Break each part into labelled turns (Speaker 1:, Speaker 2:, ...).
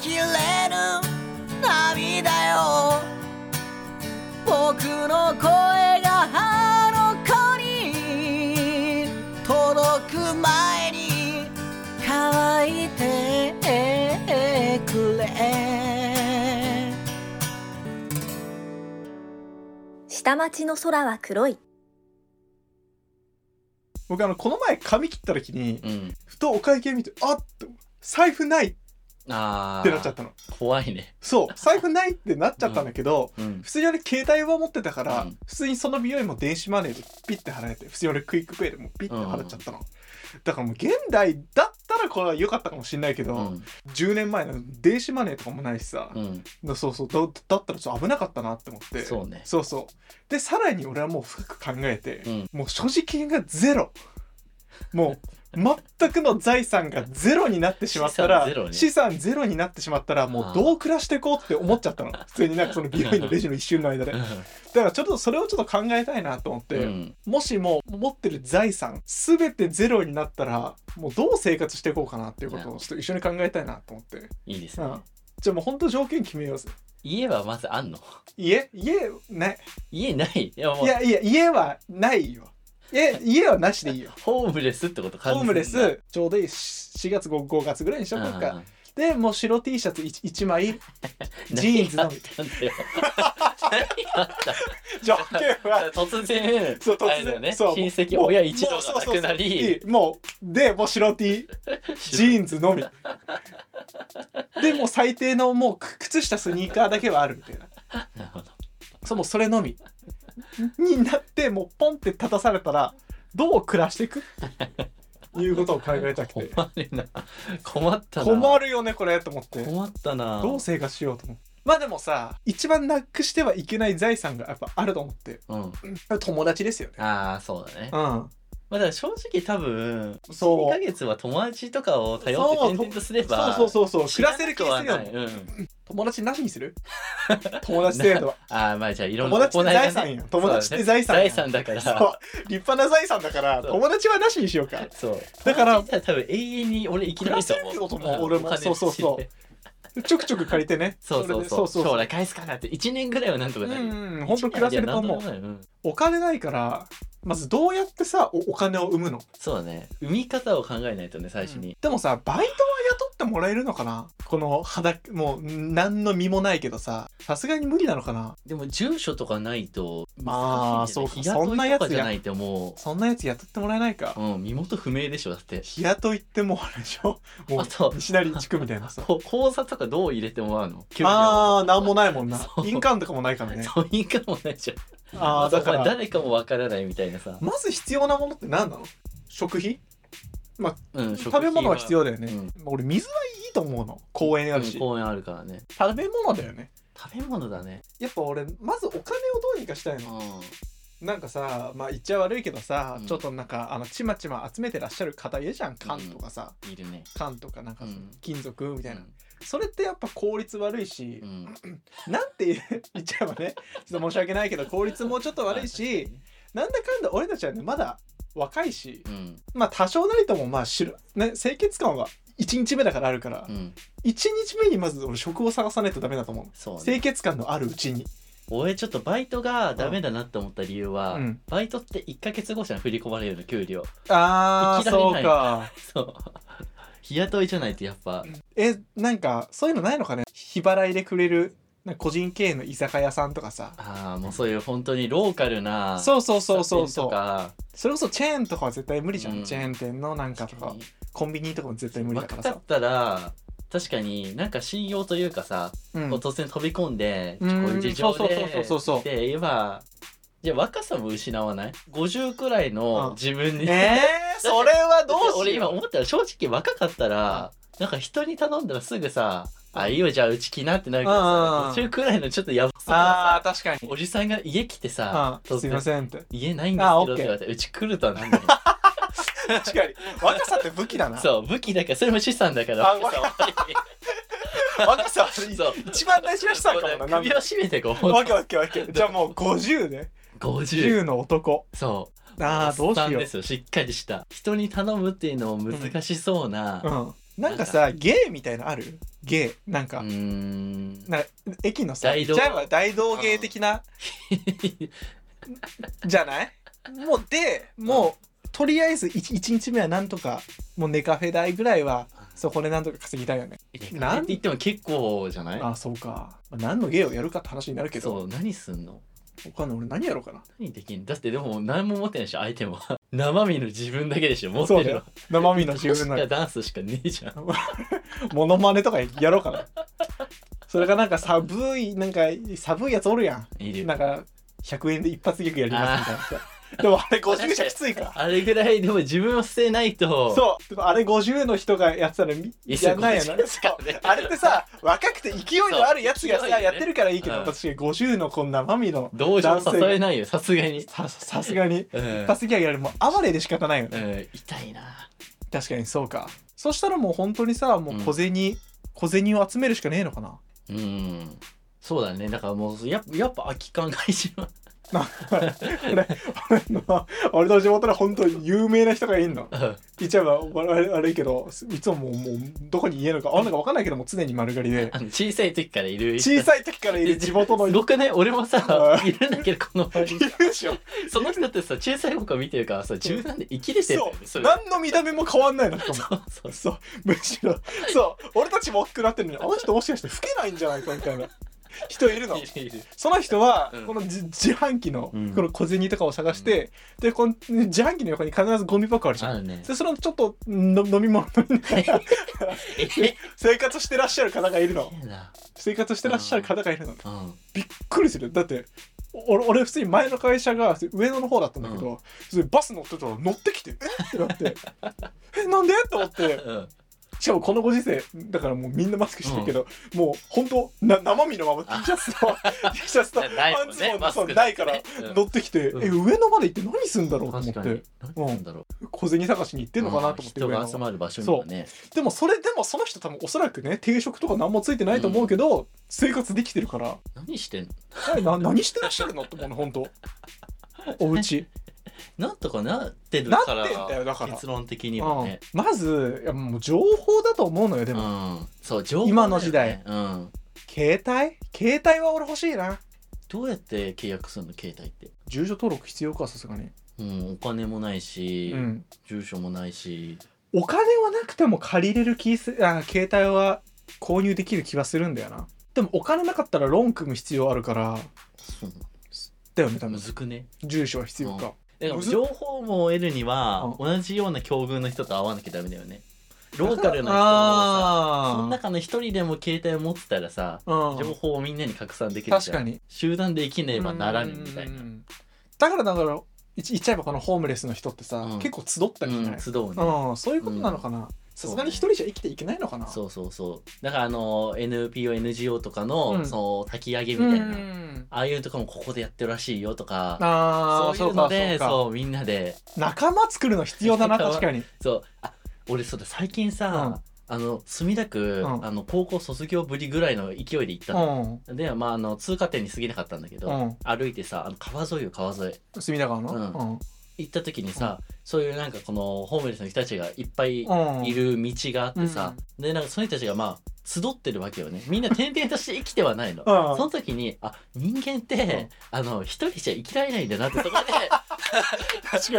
Speaker 1: きれぬ涙よ僕の声があの子に届く前に乾いてくれ
Speaker 2: 下町の空は黒い
Speaker 3: 僕あのこの前髪切った時に
Speaker 4: うん。
Speaker 3: ふとお会計見てあっと財布ないっ
Speaker 4: ああ。
Speaker 3: てなっちゃったの
Speaker 4: 怖いね。
Speaker 3: そう財布ないってなっちゃったんだけど、
Speaker 4: うん。
Speaker 3: 普通に俺携帯は持ってたから、
Speaker 4: うん
Speaker 3: 普通にその美容院も電子マネーでピッて払えて普通に俺クイックペイでもピッて払っちゃったの、だからもう現代だったらこれは良かったかもしれないけど、
Speaker 4: うん。
Speaker 3: 10年前の電子マネーとかもないしさ、
Speaker 4: うん。
Speaker 3: だそうそうだだったらちょっと危なかったなって思って
Speaker 4: そうね。
Speaker 3: そうそうでさらに俺はもう深く考えて、
Speaker 4: うん
Speaker 3: もう所持金がゼロもう全くの財産がゼロになってしまったら
Speaker 4: 資産ゼロね
Speaker 3: 資産ゼロになってしまったらもうどう暮らしていこうって思っちゃ ったの普通になんかその美容院のレジの一瞬の間でだからちょっとそれをちょっと考えたいなと思って、
Speaker 4: うん。
Speaker 3: もしも持ってる財産全てゼロになったらもうどう生活していこうかなっていうことをちょっと一緒に考えたいなと思って
Speaker 4: いいですね
Speaker 3: うん。じゃあもうほんと条件決めようぜ
Speaker 4: 家はまずあんの
Speaker 3: 家家ね
Speaker 4: 家ない。いやもう
Speaker 3: い、やいや家はないよえ家はなしでいいよ
Speaker 4: ホームレスってこと
Speaker 3: ホームレスちょうどいいし4月 5, 5月ぐらいにしとこうか
Speaker 4: あー
Speaker 3: でもう白 T シャツ 1, 枚ジーンズのみ
Speaker 4: 何が あったんだよ何があった
Speaker 3: 条件 は
Speaker 4: 突然
Speaker 3: そう突然
Speaker 4: あれだよね
Speaker 3: そう
Speaker 4: 親戚
Speaker 3: もう
Speaker 4: 親一
Speaker 3: もう
Speaker 4: 同
Speaker 3: そう
Speaker 4: がな
Speaker 3: そう
Speaker 4: くなり
Speaker 3: そうもうでもう白 T ジーンズのみでもう最低のもうく靴下スニーカーだけはあるみたいな
Speaker 4: なるほど
Speaker 3: そうもうそれのみになってもうポンって立たされたらどう暮らしてい くいうことを考えたくて
Speaker 4: 困るな困ったな
Speaker 3: 困るよねこれと思って
Speaker 4: 困ったな
Speaker 3: どう生活しようと思うまあでもさ一番なくしてはいけない財産がやっぱあると思って
Speaker 4: うん
Speaker 3: 友達ですよね
Speaker 4: ああそうだね
Speaker 3: う
Speaker 4: ま
Speaker 3: ん
Speaker 4: あだから正直多分
Speaker 3: そう
Speaker 4: 1ヶ月は友達とかを頼って
Speaker 3: そう
Speaker 4: 転々とすれば
Speaker 3: そうそうそうそう
Speaker 4: 知
Speaker 3: 暮ら
Speaker 4: ら
Speaker 3: せる
Speaker 4: な
Speaker 3: 気
Speaker 4: く
Speaker 3: が
Speaker 4: は
Speaker 3: するよ
Speaker 4: ない
Speaker 3: ね
Speaker 4: うん
Speaker 3: 友達なしにす る友達制度は
Speaker 4: ああまあじゃあいろん
Speaker 3: 友
Speaker 4: な
Speaker 3: 達って財産よ友達って財産よ
Speaker 4: 財産だから
Speaker 3: そう立派な財産だから
Speaker 4: そう
Speaker 3: 友達はなしにしようか
Speaker 4: そう。
Speaker 3: だから
Speaker 4: 友達じゃ多分永遠に俺生きられると思う。
Speaker 3: 暮らせるよと思う俺も
Speaker 4: お金
Speaker 3: そうそうそう
Speaker 4: 持ちで
Speaker 3: ちょくちょく借りてね
Speaker 4: そうそう
Speaker 3: れ
Speaker 4: そう。
Speaker 3: でそう
Speaker 4: 将
Speaker 3: そう
Speaker 4: 来返すかなって一年ぐらいはなんとか
Speaker 3: う
Speaker 4: なる。
Speaker 3: んうん本当暮らせると思う
Speaker 4: いやなんとかなるん
Speaker 3: お金ないからまずどうやってさおお金を生むの
Speaker 4: そうだね。生み方を考えないとね最初
Speaker 3: うん
Speaker 4: に。
Speaker 3: でもさバイトは雇ってもらえるのかなこの肌もう何の身もないけどささすがに無理なのかな
Speaker 4: でも住所とかないと
Speaker 3: まあ
Speaker 4: 難しいよね
Speaker 3: そうかそんなやつ
Speaker 4: 日雇いとかじゃないとも
Speaker 3: そんなやつ雇ってもらえないか
Speaker 4: う、うん身元不明でしょだって。
Speaker 3: 日雇いってもうあれでしょも
Speaker 4: あと
Speaker 3: う西成地区みたい なさ
Speaker 4: こ口座とかどう入れてもら うの？給料
Speaker 3: あーなんもないもんな
Speaker 4: そう
Speaker 3: 印鑑とかもないからね
Speaker 4: そういいかもないじゃん。
Speaker 3: ああだか
Speaker 4: まあ
Speaker 3: ら
Speaker 4: 誰かもわからないみたいなさ。
Speaker 3: まず必要なものって何なの食費
Speaker 4: うん
Speaker 3: 食べ物は必
Speaker 4: 要。
Speaker 3: 要だよね、俺水はいいと思うの公園あ
Speaker 4: う
Speaker 3: る
Speaker 4: ん
Speaker 3: し、
Speaker 4: 公園あるからね。
Speaker 3: 食べ物だよね
Speaker 4: 食べ物だね。
Speaker 3: やっぱ俺まずお金をどうにかしたいの
Speaker 4: う
Speaker 3: なんかさまあ言っちゃ悪いけどさ、
Speaker 4: うん
Speaker 3: ちょっとなんかあのちまちま集めてらっしゃる方いるじゃん缶とかさ、
Speaker 4: んいるね。
Speaker 3: 缶とかなんかさ
Speaker 4: うん
Speaker 3: 金属みたいな、
Speaker 4: うん
Speaker 3: それってやっぱ効率悪いし
Speaker 4: う、ん
Speaker 3: なんて言う 言っちゃえばねちょっと申し訳ないけど効率もちょっと悪いし、なんだかんだ俺たちはねまだ若いし
Speaker 4: うん
Speaker 3: まあ多少なりともまあ知る、ね、清潔感は1日目だからあるから、
Speaker 4: うん、
Speaker 3: 一1日目にまず俺職を探さないとダメだと思う
Speaker 4: そう、ね、
Speaker 3: 清潔感のあるうちに
Speaker 4: 俺ちょっとバイトがダメだなって思った理由は、
Speaker 3: うん
Speaker 4: バイトって1ヶ月後じゃん振り込まれるの給料
Speaker 3: ああ
Speaker 4: いきなり
Speaker 3: そ
Speaker 4: な
Speaker 3: う
Speaker 4: い
Speaker 3: か
Speaker 4: そう 日雇いじゃないとやっぱ
Speaker 3: えなんかそういうのないのかね日払いでくれるなんか個人経営の居酒屋さんとかさ
Speaker 4: ああもうそういう本当にローカルな
Speaker 3: そうそうそうそう
Speaker 4: 喫茶店
Speaker 3: そ
Speaker 4: と
Speaker 3: う
Speaker 4: か
Speaker 3: それこそチェーンとかは絶対無理じゃん、
Speaker 4: うん
Speaker 3: チェーン店のなんかと
Speaker 4: 確か
Speaker 3: か
Speaker 4: に
Speaker 3: コンビニとかも絶対無理だか
Speaker 4: 若
Speaker 3: ら
Speaker 4: か
Speaker 3: さ
Speaker 4: っ、たら確かになんか信用というかさ、
Speaker 3: うん
Speaker 4: こう突然飛び込んで、
Speaker 3: うん
Speaker 4: こういう事情
Speaker 3: そうそうそうそうそう
Speaker 4: でで言えばじゃあ若さも失わない50くらいの自分 に、
Speaker 3: えー、それはど
Speaker 4: だって
Speaker 3: う
Speaker 4: 俺
Speaker 3: し
Speaker 4: 今
Speaker 3: よ
Speaker 4: 思ったら正直若かったらなんか人に頼んだらすぐさ「あいいよじゃあうち来な」ってなるけど
Speaker 3: うんうん
Speaker 4: さ途中くらいのちょっとやば
Speaker 3: う
Speaker 4: そ
Speaker 3: あ
Speaker 4: うな
Speaker 3: あ確か
Speaker 4: さ
Speaker 3: に
Speaker 4: おじさんが家来てさ
Speaker 3: うんすいませんって
Speaker 4: 「家ないんです
Speaker 3: あオ
Speaker 4: け
Speaker 3: ッ
Speaker 4: ど」っ
Speaker 3: ケ
Speaker 4: て
Speaker 3: ー
Speaker 4: 言われて「うち来ると はなんだよ
Speaker 3: 確かに若さって武器だな
Speaker 4: そう武器だからそれも資産だから
Speaker 3: あ
Speaker 4: 若さ
Speaker 3: 若さは
Speaker 4: そう
Speaker 3: 一番大事な資産かもな
Speaker 4: 首を絞めてこう
Speaker 3: わけわけわけじゃあもう50ね
Speaker 4: 50
Speaker 3: 10の男
Speaker 4: そう
Speaker 3: ああどうし
Speaker 4: おっさん
Speaker 3: よう
Speaker 4: ですよしっかりした人に頼むっていうのも難しそうな、
Speaker 3: うんなんかさゲーみたいなのあるゲーなん
Speaker 4: う
Speaker 3: か、
Speaker 4: ーん
Speaker 3: な駅のさ
Speaker 4: 大道
Speaker 3: じゃあ大道芸的なじゃないもうでもうとりあえず 1, 日目はなんとかもう寝カフェ代ぐらいはそこでなんとか稼ぎたいよね
Speaker 4: なんって言っても結構じゃない
Speaker 3: ああそうか何の芸をやるかって話になるけ
Speaker 4: そ
Speaker 3: ど
Speaker 4: う何すんの
Speaker 3: 他の俺何やろうかな
Speaker 4: 何できんだってでも何も持ってないでしょ相手も 生身の自分だけでしょ持って
Speaker 3: そうだよ
Speaker 4: るの
Speaker 3: 生身の自分
Speaker 4: 確
Speaker 3: の
Speaker 4: かダンスしかねえじゃん
Speaker 3: モノマネとかやろうかなそれがなんか寒いなんか寒いやつおるや
Speaker 4: いる
Speaker 3: んなんか100円で一発ギャグやりますみたいな さでもあれ50じゃきついか
Speaker 4: あれぐらいでも自分を捨てないと
Speaker 3: そうでもあれ50の人がやってたらみ
Speaker 4: いつ
Speaker 3: やんないよな
Speaker 4: 50ですからね
Speaker 3: そうあれって さ若くて勢いのあるやつが
Speaker 4: そ
Speaker 3: さ、
Speaker 4: う勢いね
Speaker 3: やってるからいいけど、
Speaker 4: うん
Speaker 3: 私50のこんなマミの
Speaker 4: 同情誘えないよさすがに
Speaker 3: ささすがに
Speaker 4: うん
Speaker 3: 一発ギャグやるもう哀れで仕方ないよ
Speaker 4: う
Speaker 3: ね、
Speaker 4: ん痛いな
Speaker 3: 確かにそうかそしたらもう本当にさもう小銭、小銭を集めるしかねえのかな
Speaker 4: うんそうだねだからもうやっぱやっぱ空き缶が一番
Speaker 3: な俺俺の俺の地元で本当に有名な人がいんの
Speaker 4: うん
Speaker 3: 言っちゃえば悪い悪いけどいつももうもうどこに家のかあんのか分かんないけども常に丸刈りで
Speaker 4: あの小 さい時からいる
Speaker 3: 小さい時からいる地元の
Speaker 4: すごくね俺もさ
Speaker 3: う
Speaker 4: いるんだけどこの周り
Speaker 3: いるで しょ
Speaker 4: その人ってさ小さい子から見てるからさ柔軟で生きれてるよね
Speaker 3: そ
Speaker 4: そうれ
Speaker 3: 何の見た目も変わんないのしかも
Speaker 4: そうそう
Speaker 3: そうむしろそう俺たちも大きくなってるのにあの人もしかして老けないんじゃないかみたいな人いるの
Speaker 4: いるいる
Speaker 3: その人は
Speaker 4: うん
Speaker 3: この自自販機の
Speaker 4: うん
Speaker 3: この小銭とかを探して、でこの自販機の横に必ずゴミ箱あるじゃ
Speaker 4: あ
Speaker 3: ん
Speaker 4: るね
Speaker 3: でそのちょっとの飲み物飲みながら
Speaker 4: え
Speaker 3: 生活してらっしゃる方がいるの
Speaker 4: えな
Speaker 3: 生活してらっしゃる方がいるの
Speaker 4: うん
Speaker 3: びっくりするよだってお俺俺普通に前の会社が上野の方だったんだけど、それバス乗ってたら乗ってきてえってなってえなんでと思って
Speaker 4: うん
Speaker 3: しかもこのご時世だからもうみんなマスクしてるけど、もう本当な生身のまま T シャツと T シャツと
Speaker 4: いやない
Speaker 3: パ
Speaker 4: も
Speaker 3: ン
Speaker 4: ん
Speaker 3: ツ
Speaker 4: ね
Speaker 3: もそう
Speaker 4: マスクだってね
Speaker 3: ないから
Speaker 4: うん
Speaker 3: 乗ってきて、
Speaker 4: うん
Speaker 3: え上野まで行って何すんだろうと思っ
Speaker 4: 確かに
Speaker 3: て
Speaker 4: 何なんだろう
Speaker 3: 小銭探しに行ってんのかなと思って
Speaker 4: うん
Speaker 3: 上
Speaker 4: 人が
Speaker 3: 野
Speaker 4: 集
Speaker 3: は
Speaker 4: まる場所にはね
Speaker 3: でもそれでもその人多分おそらくね定食とか何もついてないと思うけど、生活できてる から
Speaker 4: 何してんの
Speaker 3: えな何してらっしゃるのって思うの本 当おうち
Speaker 4: なんとかなってる
Speaker 3: な
Speaker 4: か
Speaker 3: ってん
Speaker 4: ら
Speaker 3: だよだから、
Speaker 4: 結論的に
Speaker 3: う
Speaker 4: は
Speaker 3: ん
Speaker 4: ね
Speaker 3: まずいやもう情報だと思うのよで
Speaker 4: う
Speaker 3: も、
Speaker 4: んそう情報だよね
Speaker 3: 今の時代
Speaker 4: うん
Speaker 3: 携帯携帯は俺欲しいな
Speaker 4: どうやって契約するの携帯って
Speaker 3: 住所登録必要かさすがに、
Speaker 4: うんお金もないし、
Speaker 3: うん、
Speaker 4: 住所もないし
Speaker 3: お金はなくても借りれる気すあ携帯は購入できる気はするんだよなでもお金なかったらローン組む必要あるから
Speaker 4: そう
Speaker 3: だよね多
Speaker 4: む
Speaker 3: 分
Speaker 4: ずくね
Speaker 3: 住所は必要か、
Speaker 4: だから
Speaker 3: むず
Speaker 4: 情報網を得るには同じような境遇の人と会わなきゃダメだよねローカルな人をさその
Speaker 3: あ
Speaker 4: 中の一人でも携帯を持ってたらさ
Speaker 3: あ
Speaker 4: 情報をみんなに拡散できる
Speaker 3: 確
Speaker 4: じゃ
Speaker 3: か
Speaker 4: ん
Speaker 3: に
Speaker 4: 集団で生きねばならぬみたいな
Speaker 3: うんだからだからい言っちゃえばこのホームレスの人ってさ、
Speaker 4: うん
Speaker 3: 結構集ったりしない、
Speaker 4: うん集うね
Speaker 3: うんそういうことなのかなさすがに一人じゃ生きていけないのかな
Speaker 4: そうそうそうだからあの NPONGO とかの、
Speaker 3: うん
Speaker 4: その炊き上げみ
Speaker 3: う
Speaker 4: たいな、
Speaker 3: ん
Speaker 4: ああいうとかもここでやってるらしいよとか
Speaker 3: ああそ
Speaker 4: そういう
Speaker 3: か
Speaker 4: う
Speaker 3: そ
Speaker 4: の
Speaker 3: うか
Speaker 4: でそうみんなで
Speaker 3: 仲間作るの必要だな確かに
Speaker 4: そうあ俺そうだ最近さ、あの墨田
Speaker 3: う
Speaker 4: 区、
Speaker 3: ん
Speaker 4: あの高校卒業ぶりぐらいの勢いで行った
Speaker 3: う
Speaker 4: の、
Speaker 3: ん
Speaker 4: でまああの通過点に過ぎなかったんだけど、
Speaker 3: うん
Speaker 4: 歩いてさあの川沿いよ川沿い
Speaker 3: 隅田川の
Speaker 4: 行った時にさ、そういうなんかこのホームレスの人たちがいっぱい
Speaker 3: うんうん
Speaker 4: いる道があってさ、でなんかその人たちがまあ集ってるわけよねみんな転々として生きてはないの、
Speaker 3: うん
Speaker 4: その時にあ人間って、あの一人じゃ生きられないんだなってそこ
Speaker 3: 確か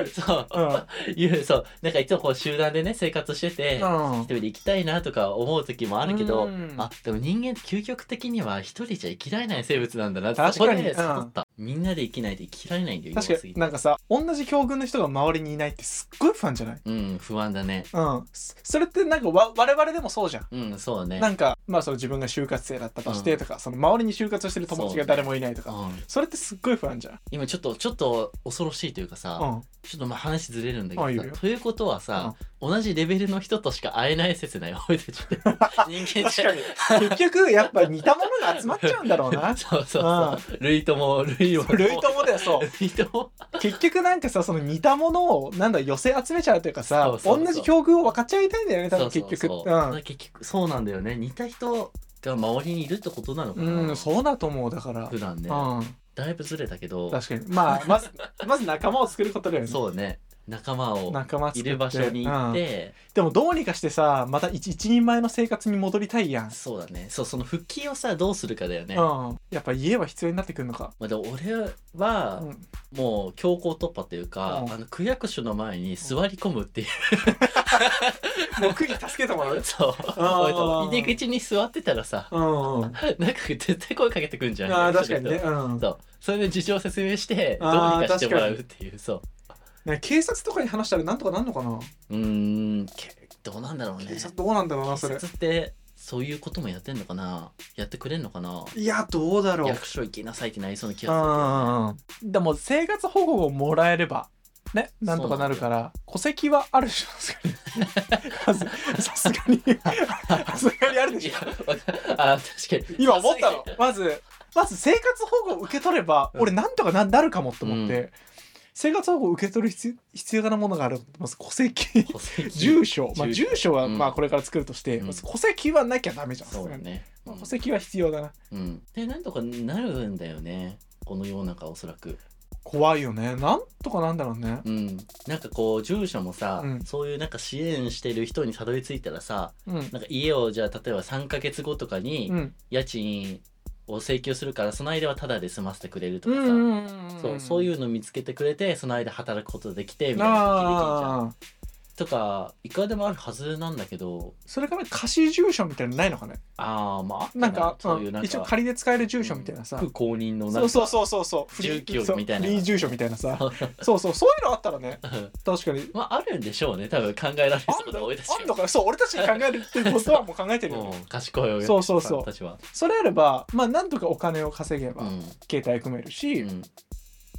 Speaker 3: に
Speaker 4: でそう
Speaker 3: うん
Speaker 4: いうそうなんかいつもこう集団でね生活してて、
Speaker 3: うん
Speaker 4: 一人で生きたいなとか思う時もあるけど、
Speaker 3: うん
Speaker 4: あでも人間って究極的には一人じゃ生きられない生物なんだなって
Speaker 3: 確
Speaker 4: そこ
Speaker 3: か
Speaker 4: で
Speaker 3: に
Speaker 4: 悟った、みんなで生きないと生きられないんだよ
Speaker 3: 確
Speaker 4: 弱
Speaker 3: か
Speaker 4: すぎ
Speaker 3: に
Speaker 4: て
Speaker 3: なんかさ同じ境遇の人が周りにいないってすっごい不安じゃない
Speaker 4: うん不安だね
Speaker 3: うんそそれってなんかわ我々でもそうじゃん
Speaker 4: うんそうだね
Speaker 3: なんかまあその自分が就活生だったとしてとか、その周りに就活してる友達が誰もいないとかそ,、
Speaker 4: うん
Speaker 3: れってすっごい不安じゃん
Speaker 4: 今ちょっとちょっと恐ろしいというかさ、
Speaker 3: うん
Speaker 4: ちょっとまあ話ずれるんだけ
Speaker 3: あいい
Speaker 4: ど
Speaker 3: よ
Speaker 4: さということはさ、同じレベルの人としか会えない説ない 俺たちって人 間
Speaker 3: 確
Speaker 4: じ
Speaker 3: か
Speaker 4: ゃ
Speaker 3: に結局やっぱ似たものが集まっちゃうんだろう な
Speaker 4: そうそうそう類とも類も
Speaker 3: 類ともだよそう
Speaker 4: 類とも
Speaker 3: 結局なんかさその似たものをなんだ寄せ集めちゃうというかさ
Speaker 4: そうそうそう
Speaker 3: 同じ境遇を分かち合いたいんだよね多分
Speaker 4: そうそう
Speaker 3: 結局
Speaker 4: そうだから結局そうなんだよね似た人が周りにいるってことなのかな、
Speaker 3: うん、うん、そうだと思うだから、
Speaker 4: 普段ね
Speaker 3: うん
Speaker 4: だいぶずれたけど
Speaker 3: 確かにまあまずまず仲間を作ることだよね
Speaker 4: そうね仲間を
Speaker 3: 仲間作
Speaker 4: い
Speaker 3: って
Speaker 4: る場所に行って、
Speaker 3: でもどうにかしてさまた一一人前の生活に戻りたいやん、
Speaker 4: そうだねそうその復帰をさどうするかだよね、
Speaker 3: う
Speaker 4: ま
Speaker 3: んやっぱ家は必要になってくるのか、
Speaker 4: あ、でも俺は
Speaker 3: うん
Speaker 4: もう強行突破というか、
Speaker 3: うん
Speaker 4: あの区役所の前に座り込むっていう、
Speaker 3: もうクに助けてもら う
Speaker 4: そう
Speaker 3: あー
Speaker 4: 入り口に座ってたらさ
Speaker 3: うん、うん、あ
Speaker 4: なんか絶対声かけてくんじゃん
Speaker 3: ー確かにね、うん、
Speaker 4: そうそれで事情を説明してどうに
Speaker 3: あー
Speaker 4: かしてもらうっていうそ
Speaker 3: ね警察とかに話したらなんとかなんのかな、
Speaker 4: ううーんけどうなんだろうね
Speaker 3: 警察どうなんだろうなそ
Speaker 4: 警
Speaker 3: れ
Speaker 4: 察ってそういうこともやってんのかなやってくれんのかない
Speaker 3: やどうだろう
Speaker 4: 役所行きなさいってなりそうな気
Speaker 3: う
Speaker 4: がする
Speaker 3: んうんうんでも生活保護をもらえればねなんとかなるから戸籍はあるでしょさ すがにさすがにさすがにあるで
Speaker 4: い
Speaker 3: し
Speaker 4: や
Speaker 3: ょ
Speaker 4: わかあー確かに
Speaker 3: 今思ったのまずまず生活保護を受け取れば
Speaker 4: うん
Speaker 3: 俺なんとかななるかもと思って、
Speaker 4: う
Speaker 3: 生活保護を受け取る必要必要なものがあるまず戸籍
Speaker 4: 戸籍
Speaker 3: 住所、まあ、
Speaker 4: 住
Speaker 3: 住所は
Speaker 4: うん
Speaker 3: まあこれから作るとして、
Speaker 4: うん
Speaker 3: まず戸籍はなきゃダメじゃん
Speaker 4: そうだね、う
Speaker 3: まあ
Speaker 4: ん
Speaker 3: 戸籍は必要だな
Speaker 4: うん、でなんとかなるんだよねこの世の中おそらく
Speaker 3: 怖いよねなんとかなんだろうね
Speaker 4: うんなんかこう住所もさ、
Speaker 3: うん
Speaker 4: そういうなんか支援してる人にたどり着いたらさ
Speaker 3: うん
Speaker 4: なんか家をじゃあ例えば3ヶ月後とかに
Speaker 3: うん
Speaker 4: 家賃を請求するからその間はタダで済ませてくれると
Speaker 3: う
Speaker 4: かさ、
Speaker 3: んうんんん
Speaker 4: そうそういうの見つけてくれてその間働くことできてみたいなことできるじゃん
Speaker 3: ああ
Speaker 4: とかいくらでもあるはずなんだけど
Speaker 3: それから貸し住所みたいなのないのかね
Speaker 4: ああまああった
Speaker 3: なんか
Speaker 4: そういうなんか
Speaker 3: 一応仮で使える住所みたいなさ、
Speaker 4: 副公認のなん
Speaker 3: そう
Speaker 4: か
Speaker 3: そうそうそうそうフリー
Speaker 4: 住居みたいな
Speaker 3: そうフリー住所みたいなさそうそうそういうのあったらね確かに
Speaker 4: まああるんでしょうね多分考えられる
Speaker 3: あん
Speaker 4: こと
Speaker 3: の
Speaker 4: 多いですよ
Speaker 3: あんのかなそう俺たちに考えるってことはもう考えてるよ、
Speaker 4: うん賢いよ
Speaker 3: そうそうそう
Speaker 4: 私たちは、
Speaker 3: それあればまあなんとかお金を稼げば、
Speaker 4: うん
Speaker 3: 携帯組めるし、
Speaker 4: うん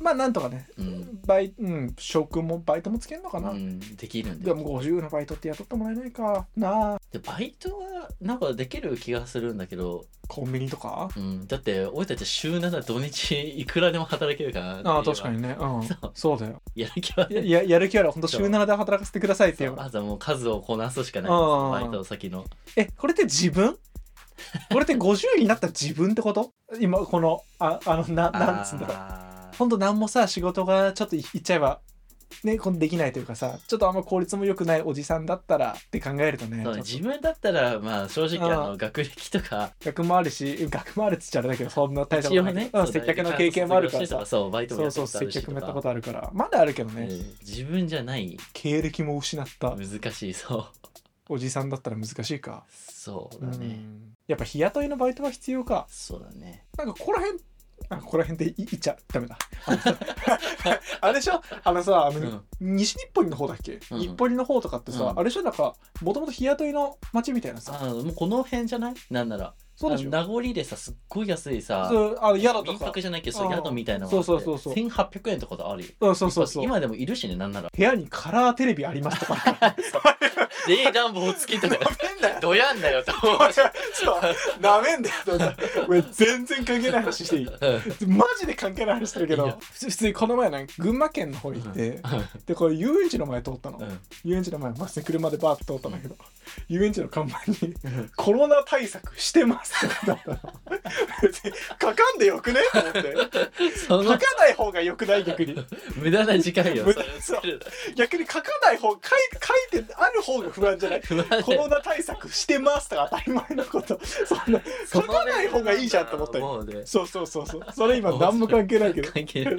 Speaker 3: まあなんとかね
Speaker 4: うん
Speaker 3: バイ、うん、職もバイトもつけるのかな、
Speaker 4: うん、できるんで
Speaker 3: でも50のバイトって雇ってもらえないかなあ
Speaker 4: でバイトはなんかできる気がするんだけど、
Speaker 3: コンビニとか
Speaker 4: うん、だって俺たち週7土日いくらでも働けるから
Speaker 3: ああ確かにねうん
Speaker 4: そう
Speaker 3: そうだよ
Speaker 4: やる気はい
Speaker 3: やいややる気ある本当週7で働かせてくださいっていう
Speaker 4: まずはもう数をこなすしかない
Speaker 3: うん
Speaker 4: バイト先の
Speaker 3: えこれって自分これって50になった自分ってこと今このああのななんつうんだろう
Speaker 4: あー
Speaker 3: ほんと何もさ仕事がちょっといいっちゃえばねこんできないというかさちょっとあんま効率も良くないおじさんだったらって考えるとね
Speaker 4: そうね
Speaker 3: ちょ
Speaker 4: 自
Speaker 3: っ
Speaker 4: 分だったらまあ正直
Speaker 3: うん
Speaker 4: あの学歴とか
Speaker 3: と学もあるし学もあるっつっちゃあれだけどそんな大したこ
Speaker 4: 一
Speaker 3: と
Speaker 4: 応
Speaker 3: ないけ
Speaker 4: ね
Speaker 3: ど、うん
Speaker 4: そう
Speaker 3: 接客の経験もあるから
Speaker 4: 卒
Speaker 3: さ
Speaker 4: 業してとかそうバイトも
Speaker 3: そ
Speaker 4: や
Speaker 3: う
Speaker 4: った
Speaker 3: そう
Speaker 4: ことある
Speaker 3: 接
Speaker 4: し
Speaker 3: 客もやった
Speaker 4: と
Speaker 3: こと
Speaker 4: か
Speaker 3: あるからまだあるけどね、
Speaker 4: うん自分じゃない
Speaker 3: 経歴も失った
Speaker 4: 難しいそう
Speaker 3: おじさんだったら難しいか、
Speaker 4: そうだ
Speaker 3: う
Speaker 4: ね
Speaker 3: んやっぱ日雇いのバイトは必要か
Speaker 4: そうだね
Speaker 3: なんかここら辺あここら辺っていいっちゃダメだ あれでしょあのさあの、
Speaker 4: うん
Speaker 3: 西日暮里の方だっけ、
Speaker 4: うん
Speaker 3: 日暮里の方とかってさ、
Speaker 4: うん
Speaker 3: あれじゃなんかもともと日雇いの街みたいなさ
Speaker 4: あもうこの辺じゃないなんなら
Speaker 3: そうでし
Speaker 4: あ
Speaker 3: ょ
Speaker 4: の名残でさすっごい安いさ
Speaker 3: そうあの宿と
Speaker 4: 民
Speaker 3: か
Speaker 4: 泊じゃないけど
Speaker 3: う
Speaker 4: そ
Speaker 3: ん
Speaker 4: う宿みたいなの
Speaker 3: そうそうそうそう
Speaker 4: 1800円とかであるよ
Speaker 3: うんそうそうそう
Speaker 4: 今でもいるしねなんなら
Speaker 3: 部屋にカラーテレビあります とか
Speaker 4: 冷暖房付き とか
Speaker 3: めんだよ
Speaker 4: どやんだよと思
Speaker 3: 俺そうなめんだよ俺全然関係ない話していいうマジで関係ない話してるけ
Speaker 4: いい
Speaker 3: ど
Speaker 4: よ
Speaker 3: 普通普通にこの前なんか群馬県の方行ってでこれ遊園地の前通ったの、
Speaker 4: うん
Speaker 3: 遊園地の前まっすぐ車でバーって通ったんだけど遊園地の看板に「コロナ対策してます」って書いてあったの別に書かんでよくねと思って書
Speaker 4: その
Speaker 3: かない方がよくない逆に
Speaker 4: 無駄な時間よ
Speaker 3: 無
Speaker 4: そ
Speaker 3: 駄
Speaker 4: れ作る
Speaker 3: 逆に書かない方書い書いてある方が不安 じゃない
Speaker 4: 不安だよ
Speaker 3: コロナ対策してますとか当たり前のことそんな書かない方がいいじゃんと思ったよ
Speaker 4: もうね
Speaker 3: そうそうそうそうそれ今何も関係ないけ ど
Speaker 4: 関係ない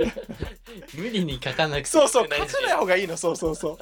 Speaker 4: 無理に書かなくて
Speaker 3: そうそう、書
Speaker 4: な
Speaker 3: か
Speaker 4: いし
Speaker 3: ない方がいいの、そうそうそう。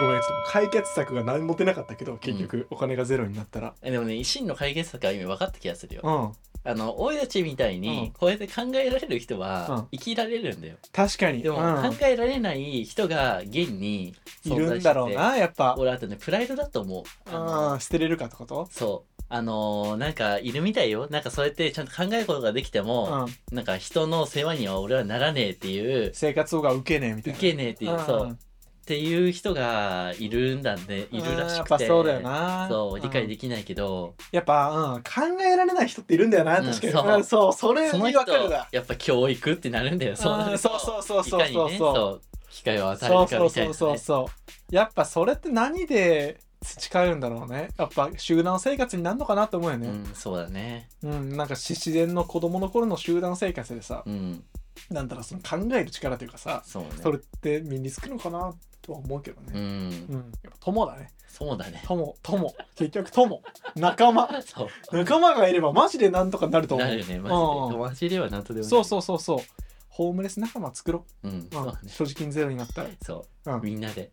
Speaker 3: ごめん、ちょっと解決策が何も出なかったけど、結局お金がゼロになったら。
Speaker 4: えでもね真の解決策は今分かった気がするよ
Speaker 3: うん、
Speaker 4: あの俺たちみたいうに
Speaker 3: ん
Speaker 4: こうやって考えられる人
Speaker 3: うん
Speaker 4: は生きられるんだよ
Speaker 3: 確かに。
Speaker 4: でも
Speaker 3: うん
Speaker 4: 考えられない人が現に
Speaker 3: い
Speaker 4: 存
Speaker 3: る
Speaker 4: 在
Speaker 3: ん
Speaker 4: して
Speaker 3: だろう
Speaker 4: て
Speaker 3: な、やっぱ。
Speaker 4: 俺あとねプライドだと思うあの
Speaker 3: うん、捨てれるかってこと。
Speaker 4: そうあのーなんかいるみたいよなんかそうやってちゃんと考えることができて
Speaker 3: う
Speaker 4: も、
Speaker 3: ん、
Speaker 4: なんか人の世話には俺はならねえっていう
Speaker 3: 生活保護が受けねえみたい
Speaker 4: 受
Speaker 3: な。
Speaker 4: けねえっていう、
Speaker 3: うん
Speaker 4: そうっていう人がいるんだねいるらし
Speaker 3: やっ
Speaker 4: くて
Speaker 3: ぱそうだよな。
Speaker 4: そう理解で
Speaker 3: き。
Speaker 4: きないけど、
Speaker 3: やっぱ、うん、考えられない人っているんだよな、
Speaker 4: うん
Speaker 3: 確かに。
Speaker 4: そう
Speaker 3: うんそう、それ
Speaker 4: その
Speaker 3: に
Speaker 4: 人
Speaker 3: 分かるだ。
Speaker 4: やっぱ教育ってなるんだよ、そうな
Speaker 3: うん
Speaker 4: る
Speaker 3: そうそうそうそう
Speaker 4: かにね
Speaker 3: そう。
Speaker 4: そう機会を与え
Speaker 3: そう
Speaker 4: るか
Speaker 3: そう
Speaker 4: みたい
Speaker 3: そ
Speaker 4: な、ね、
Speaker 3: うそうそうやっぱそれって何で培うんだろうねやっぱ集団生活になるのかなと思うよね、
Speaker 4: うん、そうだね
Speaker 3: うん、なんか自然の子供の頃の集団生活でさ、
Speaker 4: うん
Speaker 3: なんだろうその考える力というかさ、
Speaker 4: そうね
Speaker 3: それって身につくのかなとは思うけど
Speaker 4: う
Speaker 3: ね、
Speaker 4: ん
Speaker 3: うんやっぱ友だね
Speaker 4: そうだね
Speaker 3: 友友結局友仲間
Speaker 4: そう
Speaker 3: 仲間がいればマジでなんとかなると思
Speaker 4: な
Speaker 3: う
Speaker 4: るよねマジで
Speaker 3: うん
Speaker 4: 友達ではなんとでもない
Speaker 3: そうそうそうそうホームレス仲間作ろ
Speaker 4: うん
Speaker 3: う、
Speaker 4: そう
Speaker 3: ま
Speaker 4: だ
Speaker 3: あ、
Speaker 4: ね
Speaker 3: 所持金ゼロになったら
Speaker 4: そう
Speaker 3: うん
Speaker 4: みんなで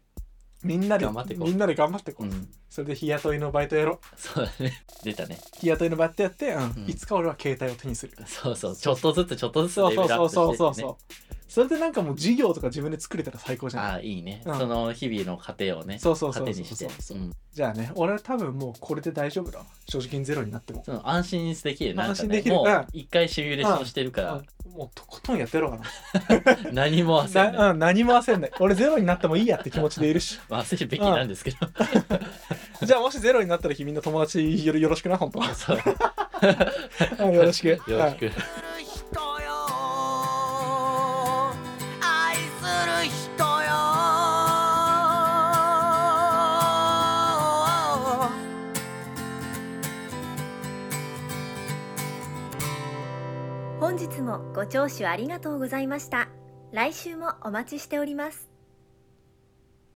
Speaker 3: みんなで
Speaker 4: 頑張ってこう
Speaker 3: みんなで頑張ってこ
Speaker 4: う
Speaker 3: う、
Speaker 4: ん
Speaker 3: それで日雇いのバイトやろう
Speaker 4: そうだね 出たね
Speaker 3: 日雇いのバイトやって、うん
Speaker 4: うん
Speaker 3: いつか俺は携帯を手にする
Speaker 4: そうそうちょっとずつちょっとずつ
Speaker 3: そうそう
Speaker 4: レベル
Speaker 3: そ
Speaker 4: ア
Speaker 3: う
Speaker 4: ップして
Speaker 3: そうそ
Speaker 4: ね
Speaker 3: うそうそれでなんかもう事業とか自分で作れたら最高じゃない
Speaker 4: ああいいね、
Speaker 3: うん
Speaker 4: その日々の過程をね
Speaker 3: そうそうそう
Speaker 4: 糧
Speaker 3: そう
Speaker 4: にし
Speaker 3: そ
Speaker 4: て
Speaker 3: うそう
Speaker 4: うん
Speaker 3: じゃあね俺は多分もうこれで大丈夫だわ所持金ゼロになっても
Speaker 4: その安心できるなんか
Speaker 3: 安心
Speaker 4: ね
Speaker 3: できる
Speaker 4: も
Speaker 3: うん
Speaker 4: う一回シミュレーションしてるから、
Speaker 3: うんもうとことんやってやろうかな
Speaker 4: 何も焦らない
Speaker 3: なうん、何も 焦んない俺ゼロになってもいいやって気持ちでいるし
Speaker 4: まあ焦るべきなんですけど、
Speaker 3: じゃあもしゼロになったら君の友達よろよろしくな 本当
Speaker 4: そうよ
Speaker 3: うんよろしく
Speaker 4: ろしく
Speaker 1: 愛する人よ愛する人よ
Speaker 2: 本日もご聴取ありがとうございました来週もお待ちしております